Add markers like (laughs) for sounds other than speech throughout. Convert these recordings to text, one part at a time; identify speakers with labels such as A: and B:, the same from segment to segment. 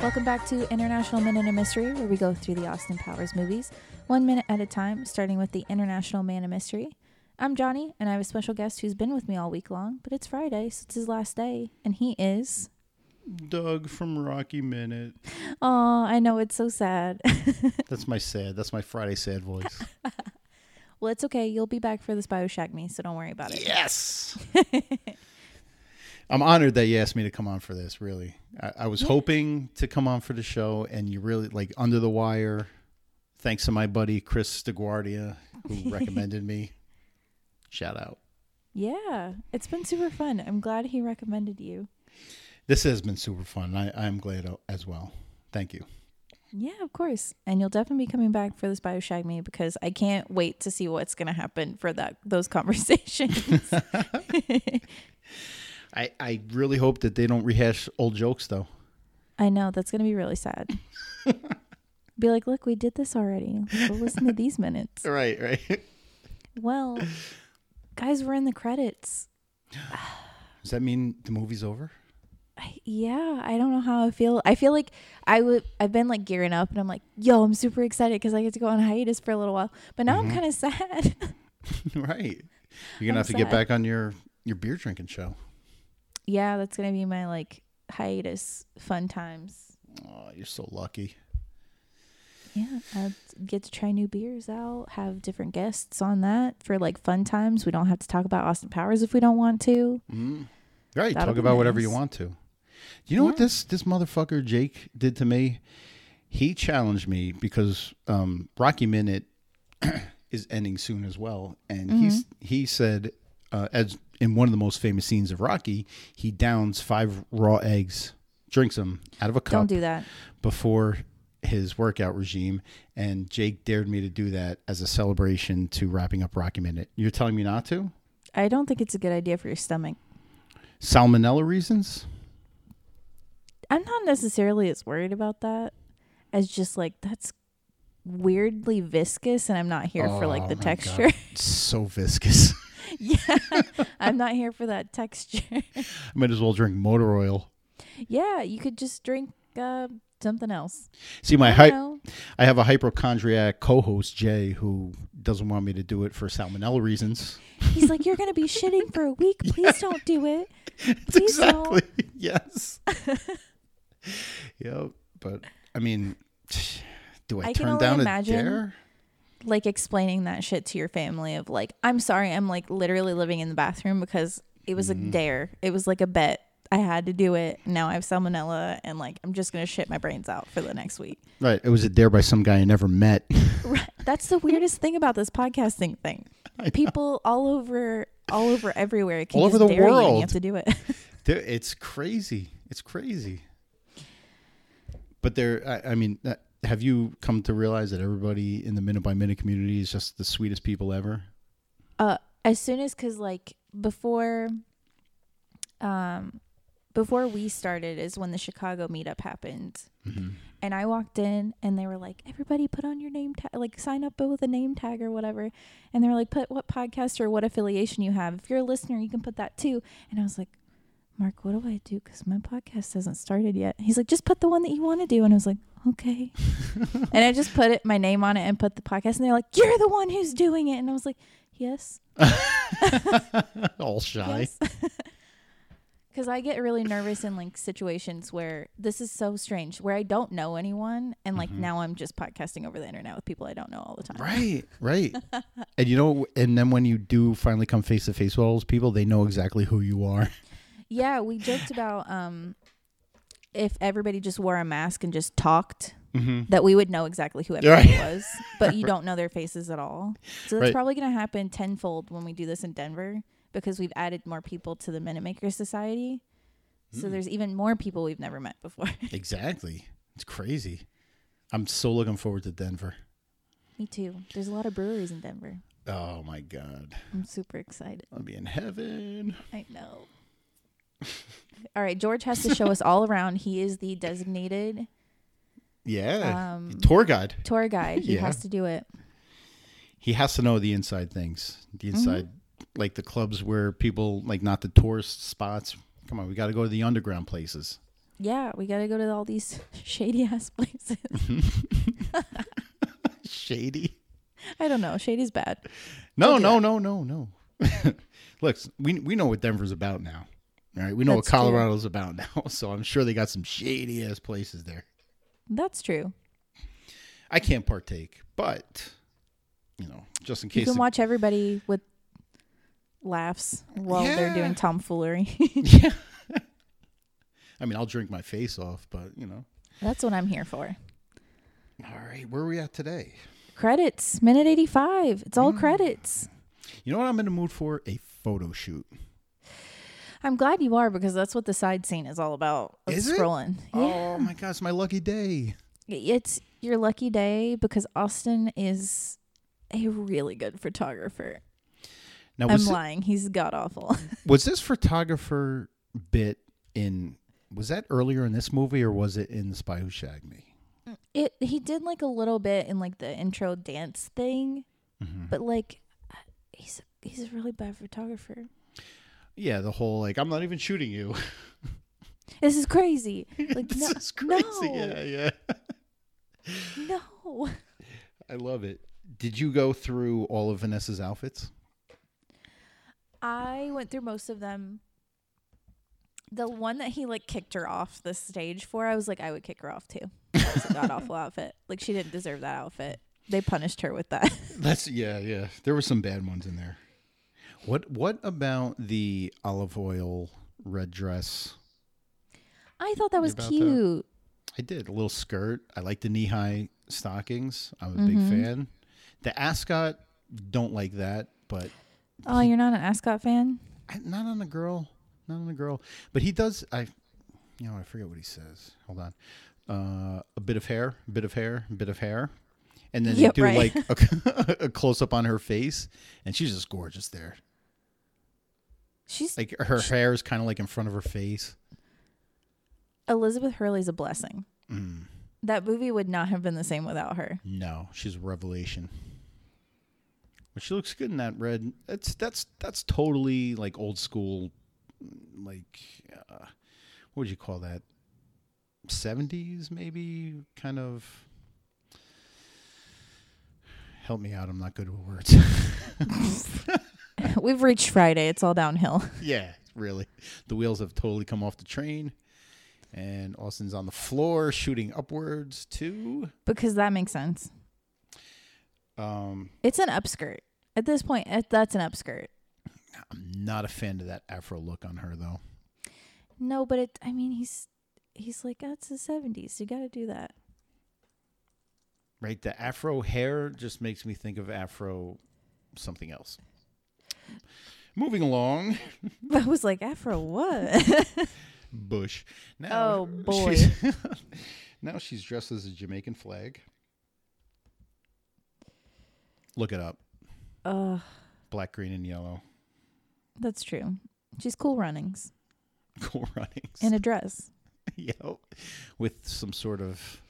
A: Welcome back to International Man in a Mystery, where we go through the Austin Powers movies one minute at a time, starting with the International Man in Mystery. I'm Johnny, and I have a special guest who's been with me all week long, but it's Friday, so it's his last day, and he is.
B: Doug from Rocky Minute.
A: Oh, I know it's so sad.
B: (laughs)
A: (laughs)
B: That's my sad. That's my Friday sad voice.
A: well, it's okay. You'll be back for this Bioshock me, so don't worry about it.
B: (laughs) Yes. (laughs) I'm honored that you asked me to come on for this. Really, I, I was hoping to come on for the show, and you really like under the wire. Thanks to my buddy Chris DeGuardia, (laughs) who recommended me. Shout out.
A: Yeah, it's been super fun. I'm glad he recommended you.
B: This has been super fun. I, I'm glad o- as well. Thank you.
A: Yeah, of course. And you'll definitely be coming back for this Bioshock me because I can't wait to see what's going to happen for that those (laughs) conversations.
B: I, I really hope that they don't rehash old jokes though.
A: I know that's going to be really sad. be like, look, we did this already. Go listen to these
B: (laughs)
A: minutes.
B: Right, right.
A: Well, guys, we're in the credits.
B: Does that mean the movie's over?
A: I, yeah, I don't know how I feel. I feel like I would. I've been like gearing up, and I'm like, yo, I'm super excited because I get to go on hiatus for a little while. But now I'm kind of sad. (laughs)
B: (laughs) right. You're gonna
A: I'm
B: have to get
A: sad.
B: back on your your beer drinking show.
A: yeah, that's gonna be my like hiatus fun times.
B: Oh, you're so lucky.
A: Yeah, I get to try new beers out, have different guests on that for like fun times. We don't have to talk about Austin Powers if we don't want to.
B: Right.
A: That'll
B: talk
A: be
B: about whatever you
A: nice.
B: want to. You know what this this motherfucker Jake did to me? He challenged me because um, Rocky Minute (clears throat) is ending soon as well, and he's
A: Mm-hmm.
B: he said uh, as in one of the most famous scenes of Rocky, he downs five raw eggs, drinks them out of a cup.
A: Don't do that.
B: before his workout regime, and Jake dared me to do that as a celebration to wrapping up Rocky Minute. You're telling me not to?
A: I don't think it's a good idea for your stomach.
B: Salmonella reasons?
A: I'm not necessarily as worried about that as just like that's weirdly viscous and I'm not here for like
B: Oh
A: the
B: my God.
A: texture. (laughs)
B: It's so viscous. (laughs)
A: yeah. I'm not here for that texture. (laughs)
B: I might as well drink motor oil.
A: yeah, you could just drink uh something else.
B: See, my
A: I don't
B: hy-
A: know.
B: I have a hypochondriac co-host Jay who doesn't want me to do it for salmonella reasons. (laughs)
A: He's like, You're gonna be shitting for a week. Please don't do it.
B: That's
A: Please
B: exactly (laughs)
A: (laughs)
B: yes. yep. But I mean, do I,
A: I can
B: turn
A: only
B: down
A: imagine-
B: a dare?
A: don't like explaining that shit to your family of like, I'm sorry, I'm like literally living in the bathroom because it was
B: Mm-hmm.
A: a dare. It was like a bet. I had to do it. Now I have salmonella and like I'm just gonna shit my brains out for the next week.
B: Right. It was a dare by some guy I never met.
A: Right. That's the weirdest thing about this podcasting
B: (laughs)
A: thing. People all over, all over, everywhere. Can
B: All
A: just
B: over the
A: dare you and You
B: world.
A: have to do it. (laughs)
B: Dude, it's crazy. It's crazy. But there, I, I mean, that- have you come to realize that everybody in the minute by minute community is just the sweetest people ever?
A: uh, as soon as, because like before, um, before we started is when the Chicago meetup happened,
B: Mm-hmm.
A: and I walked in and they were like, "Everybody, put on your name tag, like sign up with a name tag or whatever." And they were like, "Put what podcast or what affiliation you have. If you're a listener, you can put that too." And I was like. Mark, what do I do? Because my podcast hasn't started yet. He's like, just put the one that you want to do. And I was like, okay. and I just put it, my name on it and put the podcast. And they're like, you're the one who's doing it. And I was like, yes,
B: (laughs) All shy.
A: yes. (laughs) Because I get really nervous in like situations where this is so strange, where I don't know anyone. And like now I'm just podcasting over the internet with people I don't know all the time.
B: Mm-hmm. Right,
A: (laughs)
B: right. and you know, and then when you do finally come face to face with all those people, they know exactly who you are.
A: Yeah, we joked about um, if everybody just wore a mask and just talked,
B: Mm-hmm.
A: that we would know exactly who everybody was, but
B: (laughs)
A: you don't know their faces at all. So that's
B: Right.
A: probably going to happen tenfold when we do this in Denver because we've added more people to the Minutemaker Society.
B: Mm.
A: So there's even more people we've never met before.
B: (laughs)
A: (laughs)
B: exactly. It's crazy. I'm so looking forward to Denver.
A: Me too. There's a lot of breweries in Denver.
B: Oh my God.
A: I'm super excited.
B: I'll be in heaven.
A: I
B: (laughs)
A: know. all right, George has to show us all around. He is the designated
B: Yeah.
A: Um,
B: Tour guide.
A: tour guide. He
B: Yeah.
A: has to do it.
B: he has to know the inside things the
A: Mm-hmm.
B: inside
A: (laughs)
B: like the clubs where people like not the tourist spots come on we got to go to the underground places
A: yeah, we got to go to all these (laughs) shady ass places.
B: Shady.
A: I don't know. Shady's bad. Don't
B: No,
A: do
B: no, no, no, no. (laughs) Look, we we know what Denver's about now. All right, we know
A: That's
B: what
A: true.
B: Colorado's about (laughs) now, so I'm sure they got some shady ass places there.
A: That's true.
B: I can't partake, but you know, just in
A: You
B: case.
A: can
B: the-
A: watch everybody with laughs while they're
B: Yeah.
A: doing tomfoolery. (laughs)
B: yeah. I mean, I'll drink my face off, but you know.
A: That's what I'm here for.
B: All right, where are we at today?
A: Credits, minute 85. It's
B: Mm.
A: all credits.
B: You know what I'm in the mood for? A photo shoot.
A: I'm glad you are because that's what the side scene is all about. of
B: Is it?
A: scrolling. Yeah.
B: Oh my god, it's my lucky day.
A: It's your lucky day because Austin is a really good photographer.
B: Now
A: I'm
B: was, thi-
A: lying. He's god awful.
B: was this photographer bit in was that earlier in this movie or was it in The Spy Who Shagged Me?
A: (laughs) It he did like a little bit in like the intro dance thing,
B: Mm-hmm.
A: but like he's he's a really bad photographer.
B: Yeah, the whole like I'm not even shooting you. (laughs)
A: This is crazy. Like
B: this (laughs)
A: no,
B: is crazy.
A: no.
B: Yeah, yeah.
A: no.
B: I love it. Did you go through all of Vanessa's outfits?
A: I went through most of them. The one that he like kicked her off the stage for, I was like, I would kick her off too. That was a god awful (laughs) outfit. Like she didn't deserve that outfit. They punished her with that.
B: That's yeah, yeah. There were some bad ones in there. What what about the olive oil red dress?
A: I thought that was
B: about that?
A: cute.
B: I did a little skirt. I like the knee high stockings. I'm a
A: Mm-hmm.
B: big fan. The ascot, don't like that, but
A: Oh, you're not an Ascot fan?
B: I- not on a girl. Not on a girl. But he does. I, you know, I forget what he says. Hold on. Uh, a bit of hair, a bit of hair, a bit of hair, and then
A: Yeah,
B: they do
A: right.
B: like (laughs) a, a close up on her face, and she's just gorgeous there.
A: She's
B: Like her hair is kind of like in front of her face.
A: Elizabeth Hurley's a blessing.
B: Mm.
A: That movie would not have been the same without her. (laughs)
B: No, she's a revelation. But she looks good in that red. That's that's that's totally like old school, like uh, what would you call that? Seventies maybe kind of. Help me out. I'm not good with words. (laughs)
A: We've reached Friday. It's all downhill. (laughs)
B: yeah, really. The wheels have totally come off the train, and Austin's on the floor shooting upwards too.
A: Because that makes sense.
B: Um,
A: It's an upskirt. At this point, it- that's an upskirt.
B: I'm not a fan of that afro look on her though.
A: No, but it. I mean, he's he's like that's the seventies. You got to do that. (laughs)
B: Right, the afro hair just makes me think of afro something else. Moving along,
A: I was like, Afro, what? (laughs)
B: Bush. Now,
A: Oh, boy.
B: she's- (laughs) now she's dressed as a Jamaican flag. Look it up.
A: Ugh,
B: Black, green, and yellow. (laughs)
A: that's true. She's cool runnings
B: Cool runnings.
A: in a dress.
B: (laughs) Yep. With some sort of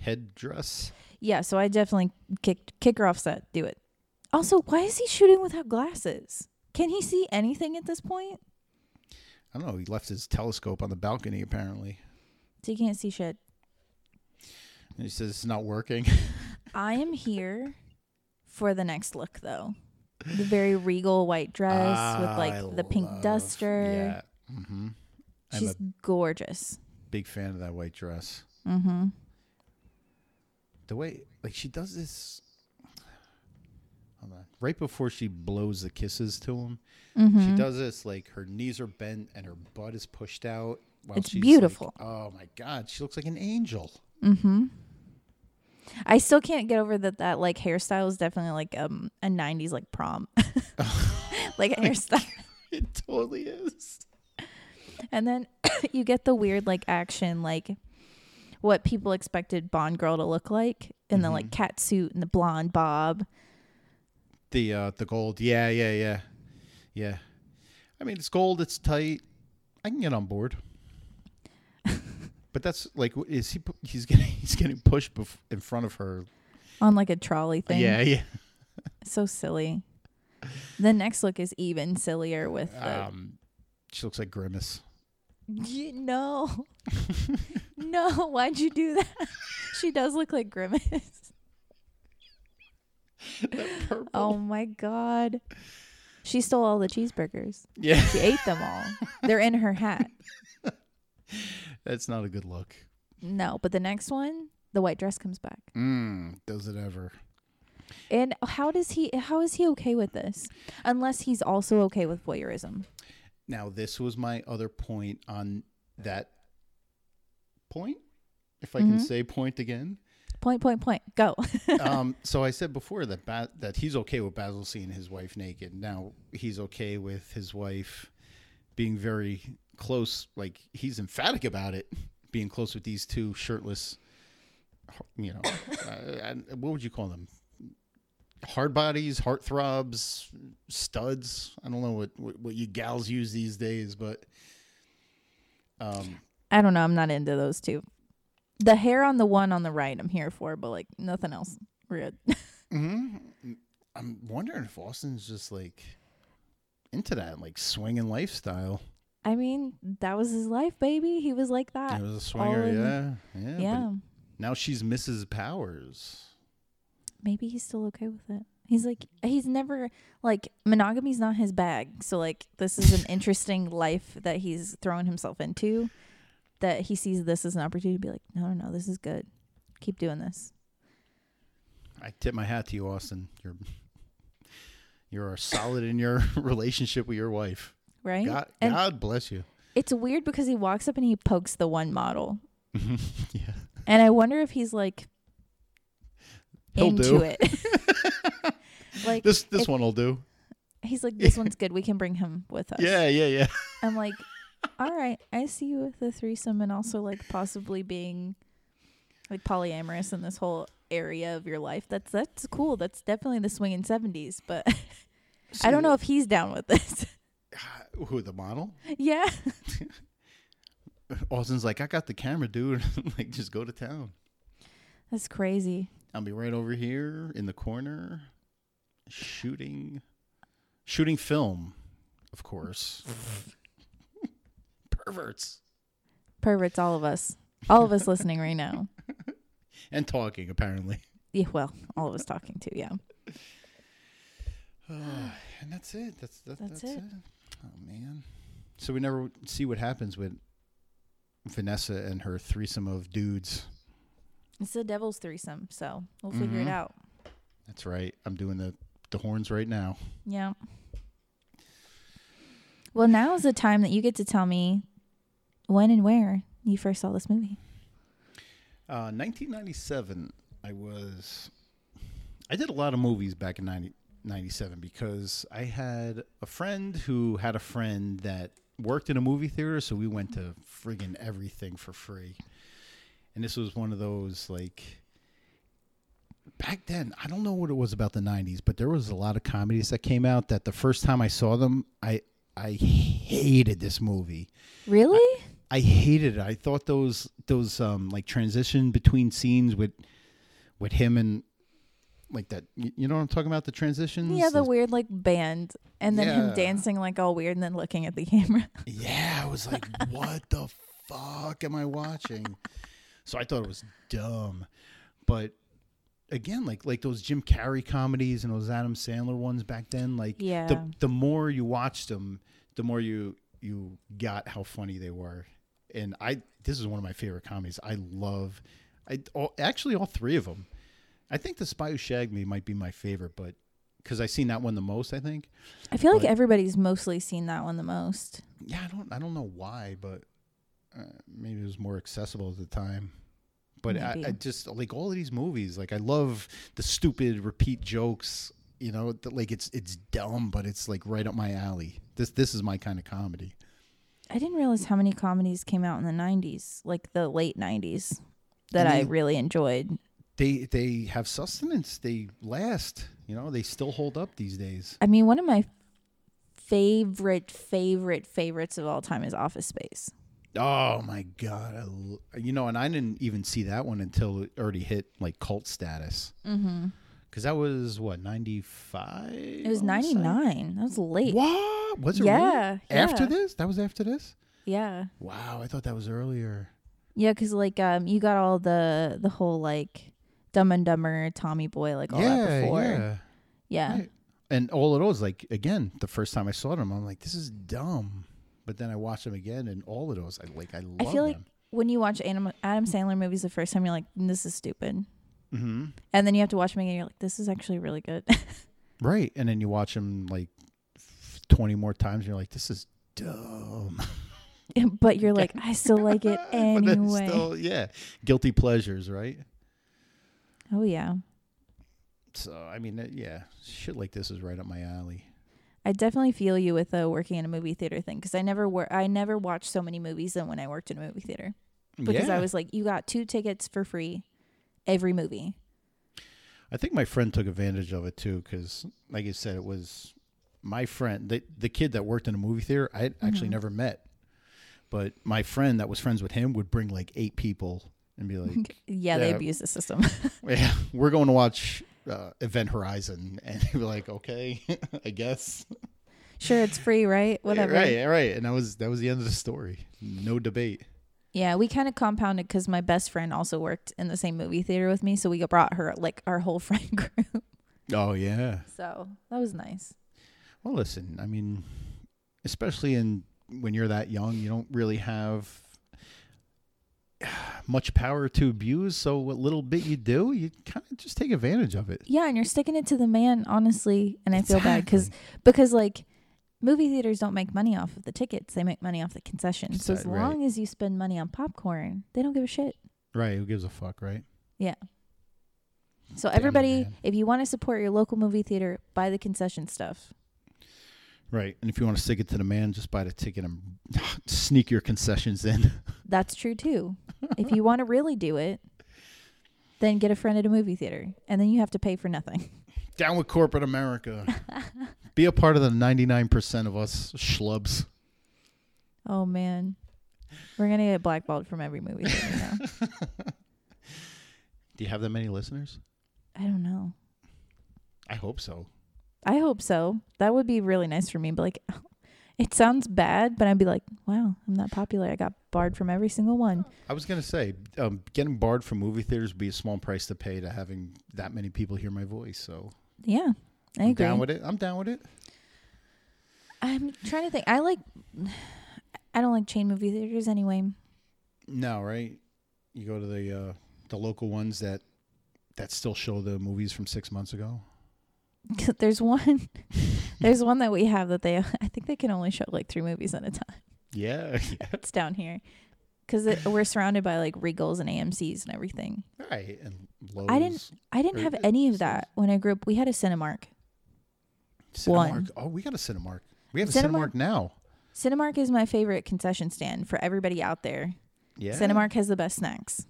B: headdress.
A: Yeah, so I definitely kick kick her off set. Do it. Also, why is he shooting without glasses? Can he see anything at this point?
B: I don't know. He left his telescope on the balcony, apparently.
A: So you can't see shit.
B: And he says it's not working.
A: I am here for the next look, though. The very regal white dress with like
B: Ah, I
A: the pink
B: love-
A: duster.
B: Yeah. hmm I'm
A: She's
B: a
A: gorgeous.
B: big fan of that white dress.
A: Mm-hmm.
B: the way like she does this hold on right before she blows the kisses to him
A: Mm-hmm.
B: she does this like her knees are bent and her butt is pushed out while
A: It's
B: she's, like-
A: beautiful.
B: oh my god she looks like an angel (laughs)
A: I still can't get over that that like hairstyle is definitely like um a 90s like
B: (laughs)
A: prom. (laughs) like hairstyle.
B: it totally is
A: And then (coughs) you get the weird like action like what people expected Bond girl to look like in the like cat suit and the blonde bob.
B: the uh the gold yeah yeah yeah yeah i mean it's gold it's tight i can get on board but that's like w- is he pu- he's getting (laughs) he's getting pushed bef- in front of her
A: On like a trolley thing.
B: yeah yeah
A: So silly. The next look is even sillier with the,
B: um she looks like grimace
A: you know (laughs) no, why'd you do that? (laughs) she does look like Grimace. (laughs)
B: Purple.
A: Oh my god. She stole all the cheeseburgers.
B: (laughs) Yeah,
A: She ate them all. They're in her hat.
B: that's not a good look.
A: No, but the next one, the white dress comes back.
B: Mm, does it ever?
A: And how does he how is he okay with this? Unless he's also okay with voyeurism.
B: Now, this was my other point on that point, if I can say point again.
A: Point point point. Go. (laughs)
B: um, so I said before that ba- that he's okay with Basil seeing his wife naked. Now he's okay with his wife being very close. Like he's emphatic about it, being close with these two shirtless. You know, (coughs) uh, uh, what would you call them? Hard bodies, heartthrobs, studs. I don't know what, what what you gals use these days, but um,
A: I don't know, I'm not into those two. The hair on the one on the right I'm here for, but like nothing else. Weird.
B: Mm-hmm. I'm wondering if Austin's just like into that, like swinging lifestyle.
A: (laughs) I mean, that was his life, baby. He was like that.
B: It was a swinger,
A: Uh, in the-
B: yeah, yeah. but
A: yeah.
B: Now she's Mrs. Powers.
A: maybe he's still okay with it. He's like he's never like monogamy's not his bag. So like this is an interesting life that he's throwing himself into that he sees this as an opportunity to be like, No, no, no, this is good. Keep doing this.
B: I tip my hat to you, Austin. You're you're solid in your (laughs) relationship with your wife.
A: Right?
B: God,
A: and
B: God bless you. (laughs)
A: it's weird because he walks up and he pokes the one model.
B: Yeah,
A: And I wonder if he's like
B: He'll
A: into
B: do. (laughs)
A: it. (laughs) like
B: this this
A: if-
B: one will do.
A: he's
B: (laughs)
A: like, This one's good, we can bring him with us.
B: Yeah, yeah, yeah.
A: I'm like, all right, I see you with the threesome and also like possibly being like polyamorous in this whole area of your life. That's that's cool. That's definitely the swinging seventies. But (laughs) I don't know if he's down with this. (laughs)
B: (sighs) Who the model?
A: yeah,
B: Austin's like, I got the camera, dude. (laughs) like, just go to town.
A: that's crazy.
B: I'll be right over here in the corner, shooting, shooting film, of course. (laughs) Perverts.
A: Perverts, all of us, all of us listening right now.
B: and talking apparently (sighs)
A: Yeah, well, all of us talking to yeah.
B: and that's it that's that,
A: That's
B: that's,
A: it.
B: it. oh man so we never see what happens with vanessa and her threesome of dudes
A: It's the devil's threesome, so we'll figure it
B: Mhm.
A: out.
B: that's right i'm doing the the horns right now
A: Yeah. Well, now is the time that you get to tell me when and where you first saw this movie.
B: uh 1997 i was i did a lot of movies back in 90, 97 because i had a friend who had a friend that worked in a movie theater so we went to friggin everything for free and this was one of those like back then i don't know what it was about the 90s but there was a lot of comedies that came out that the first time i saw them i i hated this movie
A: Really?
B: I hated it. I thought those those um like transition between scenes with with him and like that you you know what I'm talking about the transitions
A: yeah, the
B: Those-
A: weird like band, and then him
B: Yeah.
A: dancing like all weird, and then looking at the (laughs) camera.
B: yeah I was like what the fuck am I watching so I thought it was dumb but again like like those Jim Carrey comedies and those Adam Sandler ones back then like
A: Yeah.
B: the the more you watched them the more you you got how funny they were and I this is one of my favorite comedies I love I all, actually all three of them I think The Spy Who Shagged Me might be my favorite but because I seen that one the most I think
A: I feel like
B: But-
A: everybody's mostly seen that one the most.
B: yeah I don't I don't know why but uh, maybe it was more accessible at the time but I,
A: Maybe.
B: I just like all of these movies like I love the stupid repeat jokes you know that, like it's it's dumb but it's like right up my alley this this is my kind of comedy
A: I didn't realize how many comedies came out in the '90s, like the late '90s, that I
B: mean-
A: really enjoyed.
B: they they have sustenance they last you know they still hold up these days
A: I mean, one of my favorite, favorite, favorites of all time is Office Space.
B: oh my god I l- you know and i didn't even see that one until it already hit like cult status
A: Mm-hmm.
B: because that was what 95
A: It was '99. That was late.
B: Oh, what was it
A: Yeah,
B: really? after
A: yeah.
B: this that was after this
A: Yeah.
B: wow i thought that was earlier
A: Yeah, because like um, you got all the the whole like Dumb and Dumber, Tommy Boy, like all that before. Yeah.
B: yeah. Right. And all of those, like again, the first time I saw them, I'm like, this is dumb. But then I watched them again, and all of those, I like, I love
A: I feel like
B: them.
A: when you watch Adam, Adam Sandler movies the first time, you're like, this is stupid,
B: hmm
A: and then you have to watch them again, and you're like, this is actually really good. (laughs)
B: Right, and then you watch them like f- 20 more times, and you're like, this is
A: (laughs)
B: dumb.
A: but you're like, I still like it
B: (laughs) But that's
A: anyway.
B: still- yeah, guilty pleasures, right?
A: oh yeah,
B: So I mean, uh, yeah, shit like this is right up my alley.
A: I definitely feel you with uh, working in a movie theater thing because I never wor- I never watched so many movies than when I worked in a movie theater because
B: yeah.
A: I was like, you got two tickets for free, every movie.
B: I think my friend took advantage of it too, because like I said, it was my friend, the the kid that worked in a movie theater. I had actually never met, but my friend that was friends with him would bring like eight people and be like,
A: Yeah, they
B: Yeah.
A: abuse the system. (laughs)
B: yeah, we're going to watch uh, Event Horizon. (laughs) And they were like, okay, (laughs) I guess. (laughs)
A: sure, it's free, right? Whatever.
B: Right, right. And that was that was the end of the story. No debate.
A: Yeah, we kind of compounded because my best friend also worked in the same movie theater with me, so we brought her like our whole (laughs) friend group.
B: Oh yeah.
A: So that was nice.
B: Well, listen, I mean, especially in when you're that young, you don't really have (sighs) much power to abuse. So what little bit you do, you kind of just take advantage of it.
A: Yeah, and you're sticking it to the man, honestly, and I feel bad because because like movie theaters don't make money off of the tickets; they make money off the concessions. So as
B: Right, right.
A: long as you spend money on popcorn, they don't give a shit.
B: Right? Who gives a fuck, right?
A: So
B: Damn it,
A: everybody,
B: man.
A: if you want to support your local movie theater, buy the concession stuff.
B: Right. And if you want to stick it to the man, just buy the ticket and (sighs) sneak your concessions in. (laughs)
A: That's true too. if you want to really do it, then get a friend at a movie theater, and then you have to pay for nothing.
B: Down with
A: (laughs)
B: corporate America. Be a part of the 99% of us schlubs.
A: Oh man, we're gonna get blackballed from every movie theater now.
B: (laughs) Do you have that many listeners?
A: I don't know.
B: I hope so.
A: I hope so. That would be really nice for me. But like, (laughs) it sounds bad, but I'd be like, wow, I'm not popular. I got barred from every single one.
B: I was gonna say, um, getting barred from movie theaters would be a small price to pay to having that many people hear my voice. So
A: Yeah, I
B: am
A: agree.
B: down with it. I'm down with it.
A: I'm trying to think. I like. (sighs) I don't like chain movie theaters anyway. (laughs)
B: No, right? You go to the uh, the local ones that that still show the movies from six months ago.
A: There's one. (laughs) There's one that we have that they. (laughs) I think they can only show like three movies at a time.
B: Yeah.
A: It's down here. Because we're surrounded by like Regals and AMC's and everything.
B: All (laughs) right. And Lowe's,
A: I didn't- I didn't
B: Or
A: have
B: it
A: any of
B: seems-
A: that when I grew up. We had a Cinemark.
B: Cinemark.
A: one.
B: Oh, we got a Cinemark. We have a
A: Cinemark-
B: Cinemark, now.
A: Cinemark is my favorite concession stand for everybody out there.
B: Yeah.
A: Cinemark has the best snacks.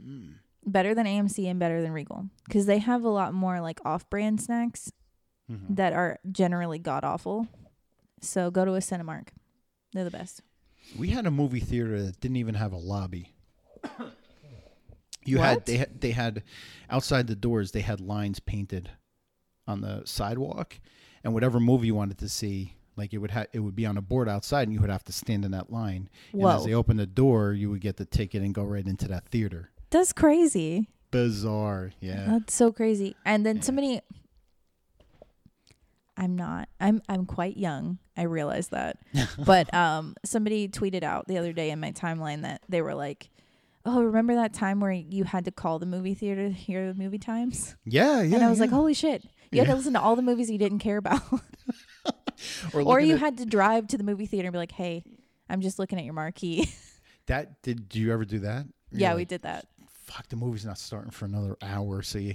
B: Mm.
A: Better than AMC and better than Regal because they have a lot more like off-brand snacks
B: Mhm.
A: that are generally god awful. So go to a Cinemark; they're the best.
B: We had a movie theater that didn't even have a lobby. You had
A: What?
B: they had they had outside the doors they had lines painted on the sidewalk, and whatever movie you wanted to see, like it would ha- it would be on a board outside, and you would have to stand in that line. And
A: Whoa.
B: as they opened the door, you would get the ticket and go right into that theater.
A: That's crazy.
B: Bizarre, yeah.
A: That's so crazy. And then somebody I'm not. I'm I'm quite young. I realize
B: (laughs)
A: that. but um somebody tweeted out the other day in my timeline that they were like, "Oh, remember that time where you had to call the movie theater to hear the movie times?"
B: Yeah, yeah.
A: and I was like,
B: yeah.
A: "Holy shit." You had
B: Yeah.
A: to listen to all the movies you didn't care (laughs) about. "Oh," or
B: looking
A: you
B: at-
A: had to drive to the movie theater and be like, "Hey, I'm just looking at your marquee." (laughs)
B: that. Did, did you ever do that? You're
A: yeah, we
B: like,
A: did that.
B: Fuck, the movie's not starting for another hour, so you,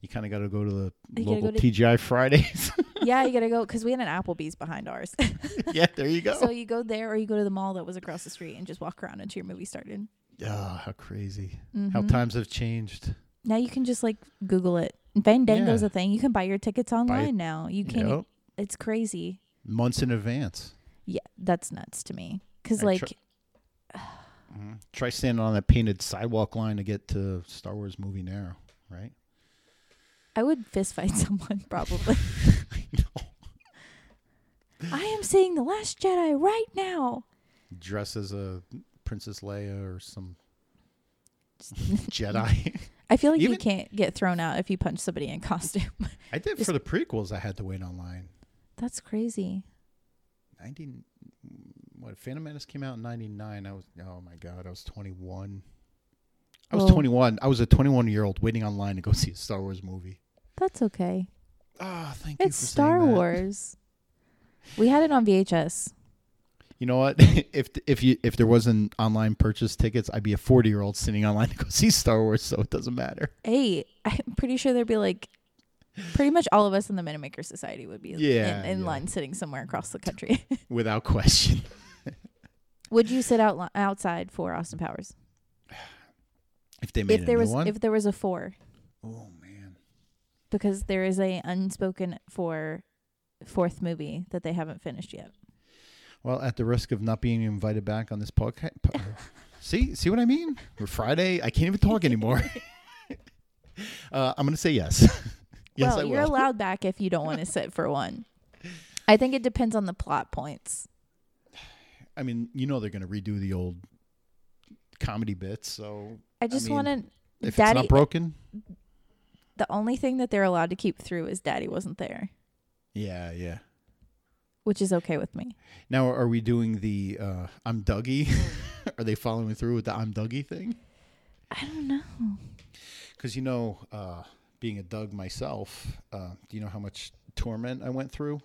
B: you kind of got to go to the
A: You gotta
B: local
A: go to-
B: TGI Fridays. (laughs)
A: yeah, you got to go cuz we had an Applebee's behind ours. (laughs)
B: yeah, there you go.
A: So you go there or you go to the mall that was across the street and just walk around until your movie started. Mm-hmm.
B: Ah, how crazy. How times have changed.
A: Now you can just like Google it. Fandango's
B: Yeah.
A: a thing. You can buy your tickets online now. You
B: You
A: can.
B: know,
A: not It's crazy.
B: months in advance.
A: Yeah, that's nuts to me. Cause
B: I
A: like,
B: tr- Try standing on that painted sidewalk line to get to Star Wars movie now, right?
A: I would fist fight (laughs) someone probably.
B: (laughs) I know.
A: I am seeing the Last Jedi right now.
B: Dress as a Princess Leia or
A: (laughs)
B: some Jedi. (laughs)
A: I feel like you
B: Even-
A: can't get thrown out if you punch somebody in costume. (laughs)
B: I did
A: Just-
B: for the prequels. I had to wait online.
A: That's crazy.
B: Nineteen. What Phantom Menace came out in ninety nine. I was oh my god. I was twenty one. I was
A: Well-
B: twenty one. I was a twenty one year old waiting online to go (laughs) see a Star Wars movie.
A: That's okay.
B: Ah, thank you.
A: It's
B: for saying
A: Star
B: that.
A: Wars. We had it on VHS.
B: You know what? (laughs) if if you if there wasn't online purchase tickets, I'd be a forty year old sitting online (laughs) to go see Star Wars. So it doesn't matter.
A: Hey, (laughs) I'm pretty sure there'd be like pretty much all of us in the Minamaker Society would be in-
B: Yeah,
A: in, in
B: yeah.
A: line sitting somewhere across the country. (laughs)
B: Without question.
A: would you sit out outside for Austin Powers?
B: If they made
A: if
B: a
A: there
B: new
A: was
B: one.
A: if there was a 4
B: oh man.
A: because there is a unspoken for fourth movie that they haven't finished yet.
B: Well, at the risk of not being invited back on this podcast,
A: (laughs)
B: see, see what I mean? We're Friday. I can't even talk anymore.
A: (laughs)
B: uh, I'm gonna say yes. yes,
A: well,
B: I
A: you're
B: will. (laughs)
A: allowed back if you don't want to sit for one. I think it depends on the plot points.
B: I mean, you know they're gonna redo the old comedy bits, so
A: I just
B: mean,
A: want to.
B: if it's
A: Daddy,
B: not broken,
A: the only thing that they're allowed to keep through is Daddy wasn't there,
B: yeah, yeah.
A: which is okay with me.
B: Now, are we doing the uh, "I'm Dougie"? (laughs) are they following through with the "I'm Dougie" thing?
A: I don't know.
B: Because you know, uh, being a Doug myself, uh, do you know how much torment I went through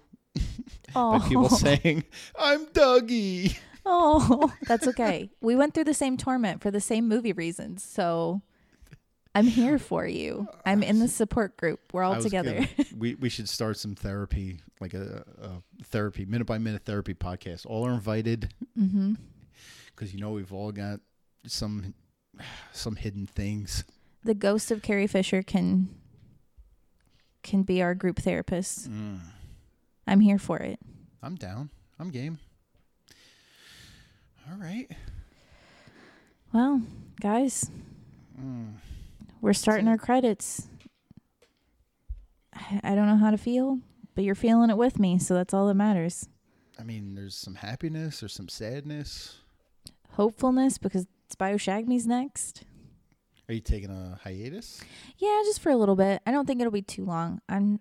B: by
A: (laughs)
B: people
A: Oh,
B: saying "I'm Dougie"?
A: (laughs) oh, that's okay. We went through the same torment for the same movie reasons, so I'm here for you. I'm in the support group. We're
B: I
A: all (laughs)
B: was
A: together.
B: gonna- we we should start some therapy, like a, a therapy minute by minute therapy podcast. All are invited
A: hmm
B: because you know we've all got some some hidden things.
A: The ghost of Carrie Fisher can can be our group therapist. I'm here for it.
B: I'm down. I'm game. All right.
A: Well, guys,
B: Mm.
A: we're starting our credits. I I don't know how to feel, but you're feeling it with me, so that's all that matters.
B: I mean, there's some happiness. There's some sadness.
A: Hopefulness because it's Bioshagme's next.
B: Are you taking a hiatus?
A: Yeah, just for a little bit. I don't think it'll be too long. I'm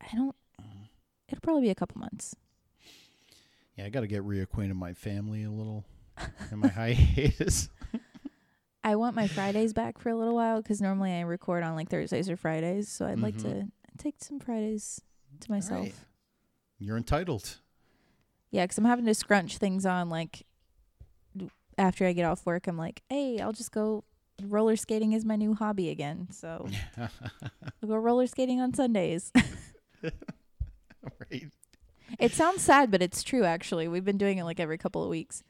A: I don't it'll probably be a couple months.
B: Yeah, I got to get reacquainted with my family
A: (laughs)
B: a little in my hiatus.
A: I want my Fridays back for a little while because normally I record on like Thursdays or Fridays, so I'd like to
B: Mhm.
A: take some Fridays to myself. Yeah,
B: right. You're entitled. (laughs)
A: Yeah, because I'm having to scrunch things on like d- after I get off work. I'm like, hey, I'll just go roller skating is my new hobby again, so I'll go roller skating on Sundays. (laughs)
B: right.
A: it sounds sad, but it's true. Actually, we've been doing it like every couple of weeks.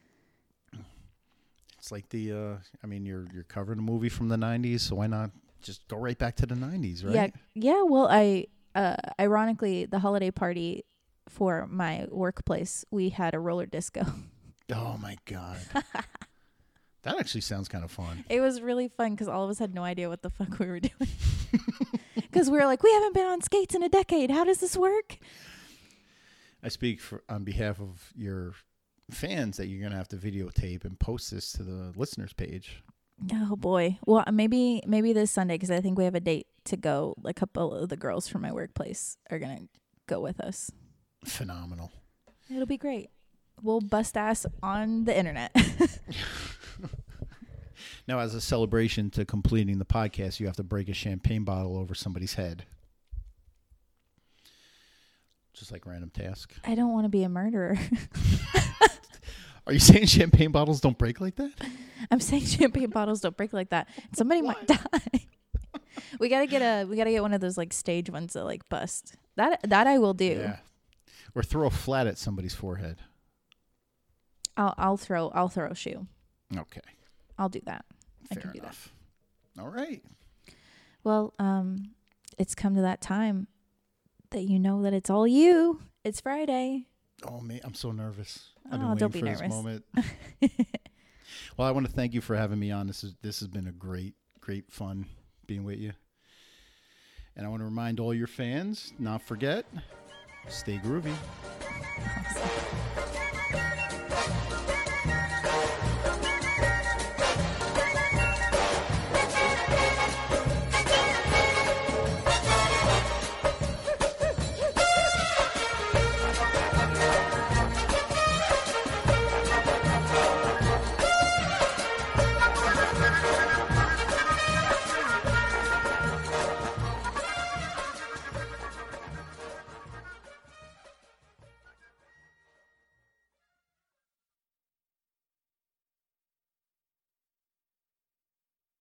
B: It's like the uh I mean you're you're covering a movie from the 90s, so why not just go right back to the 90s, right?
A: Yeah, yeah. Well, I uh, ironically, the holiday party for my workplace, we had a roller disco.
B: Oh my god. (laughs) that actually sounds kind of fun.
A: It was really fun because all of us had no idea what the fuck we were (laughs) doing. Because we were like, we haven't been on skates in a decade. How does this work?
B: I speak for, on behalf of your fans that you're going to have to videotape and post this to the listeners page.
A: Oh boy. Well, maybe maybe this Sunday because I think we have a date to go. A couple of the girls from my workplace are gonna go with us.
B: Phenomenal.
A: It'll be great. We'll bust ass on the internet. (laughs)
B: Now as a celebration to completing the podcast, you have to break a champagne bottle over somebody's head. Just like random task.
A: I don't want to be a murderer. (laughs)
B: Are you (laughs) saying champagne bottles don't break like that?
A: I'm saying champagne bottles don't break like that. Somebody might die. (laughs) we gotta get a we gotta get one of those like stage ones that like bust. That that I will do.
B: Yeah. Or throw a flat at somebody's forehead.
A: I'll I'll throw I'll throw a shoe.
B: Okay.
A: I'll do that. I
B: Fair
A: can do that.
B: enough. All right.
A: Well, um, it's come to that time that you know that it's all you. It's Friday. (laughs)
B: Oh man, I'm so nervous.
A: Oh,
B: I've been
A: don't
B: waiting
A: be
B: for
A: nervous.
B: this moment. well, I want to thank you for having me on. This is this has been a great, great fun being with you. And I want to remind all your fans, not forget, stay groovy.
A: Awesome.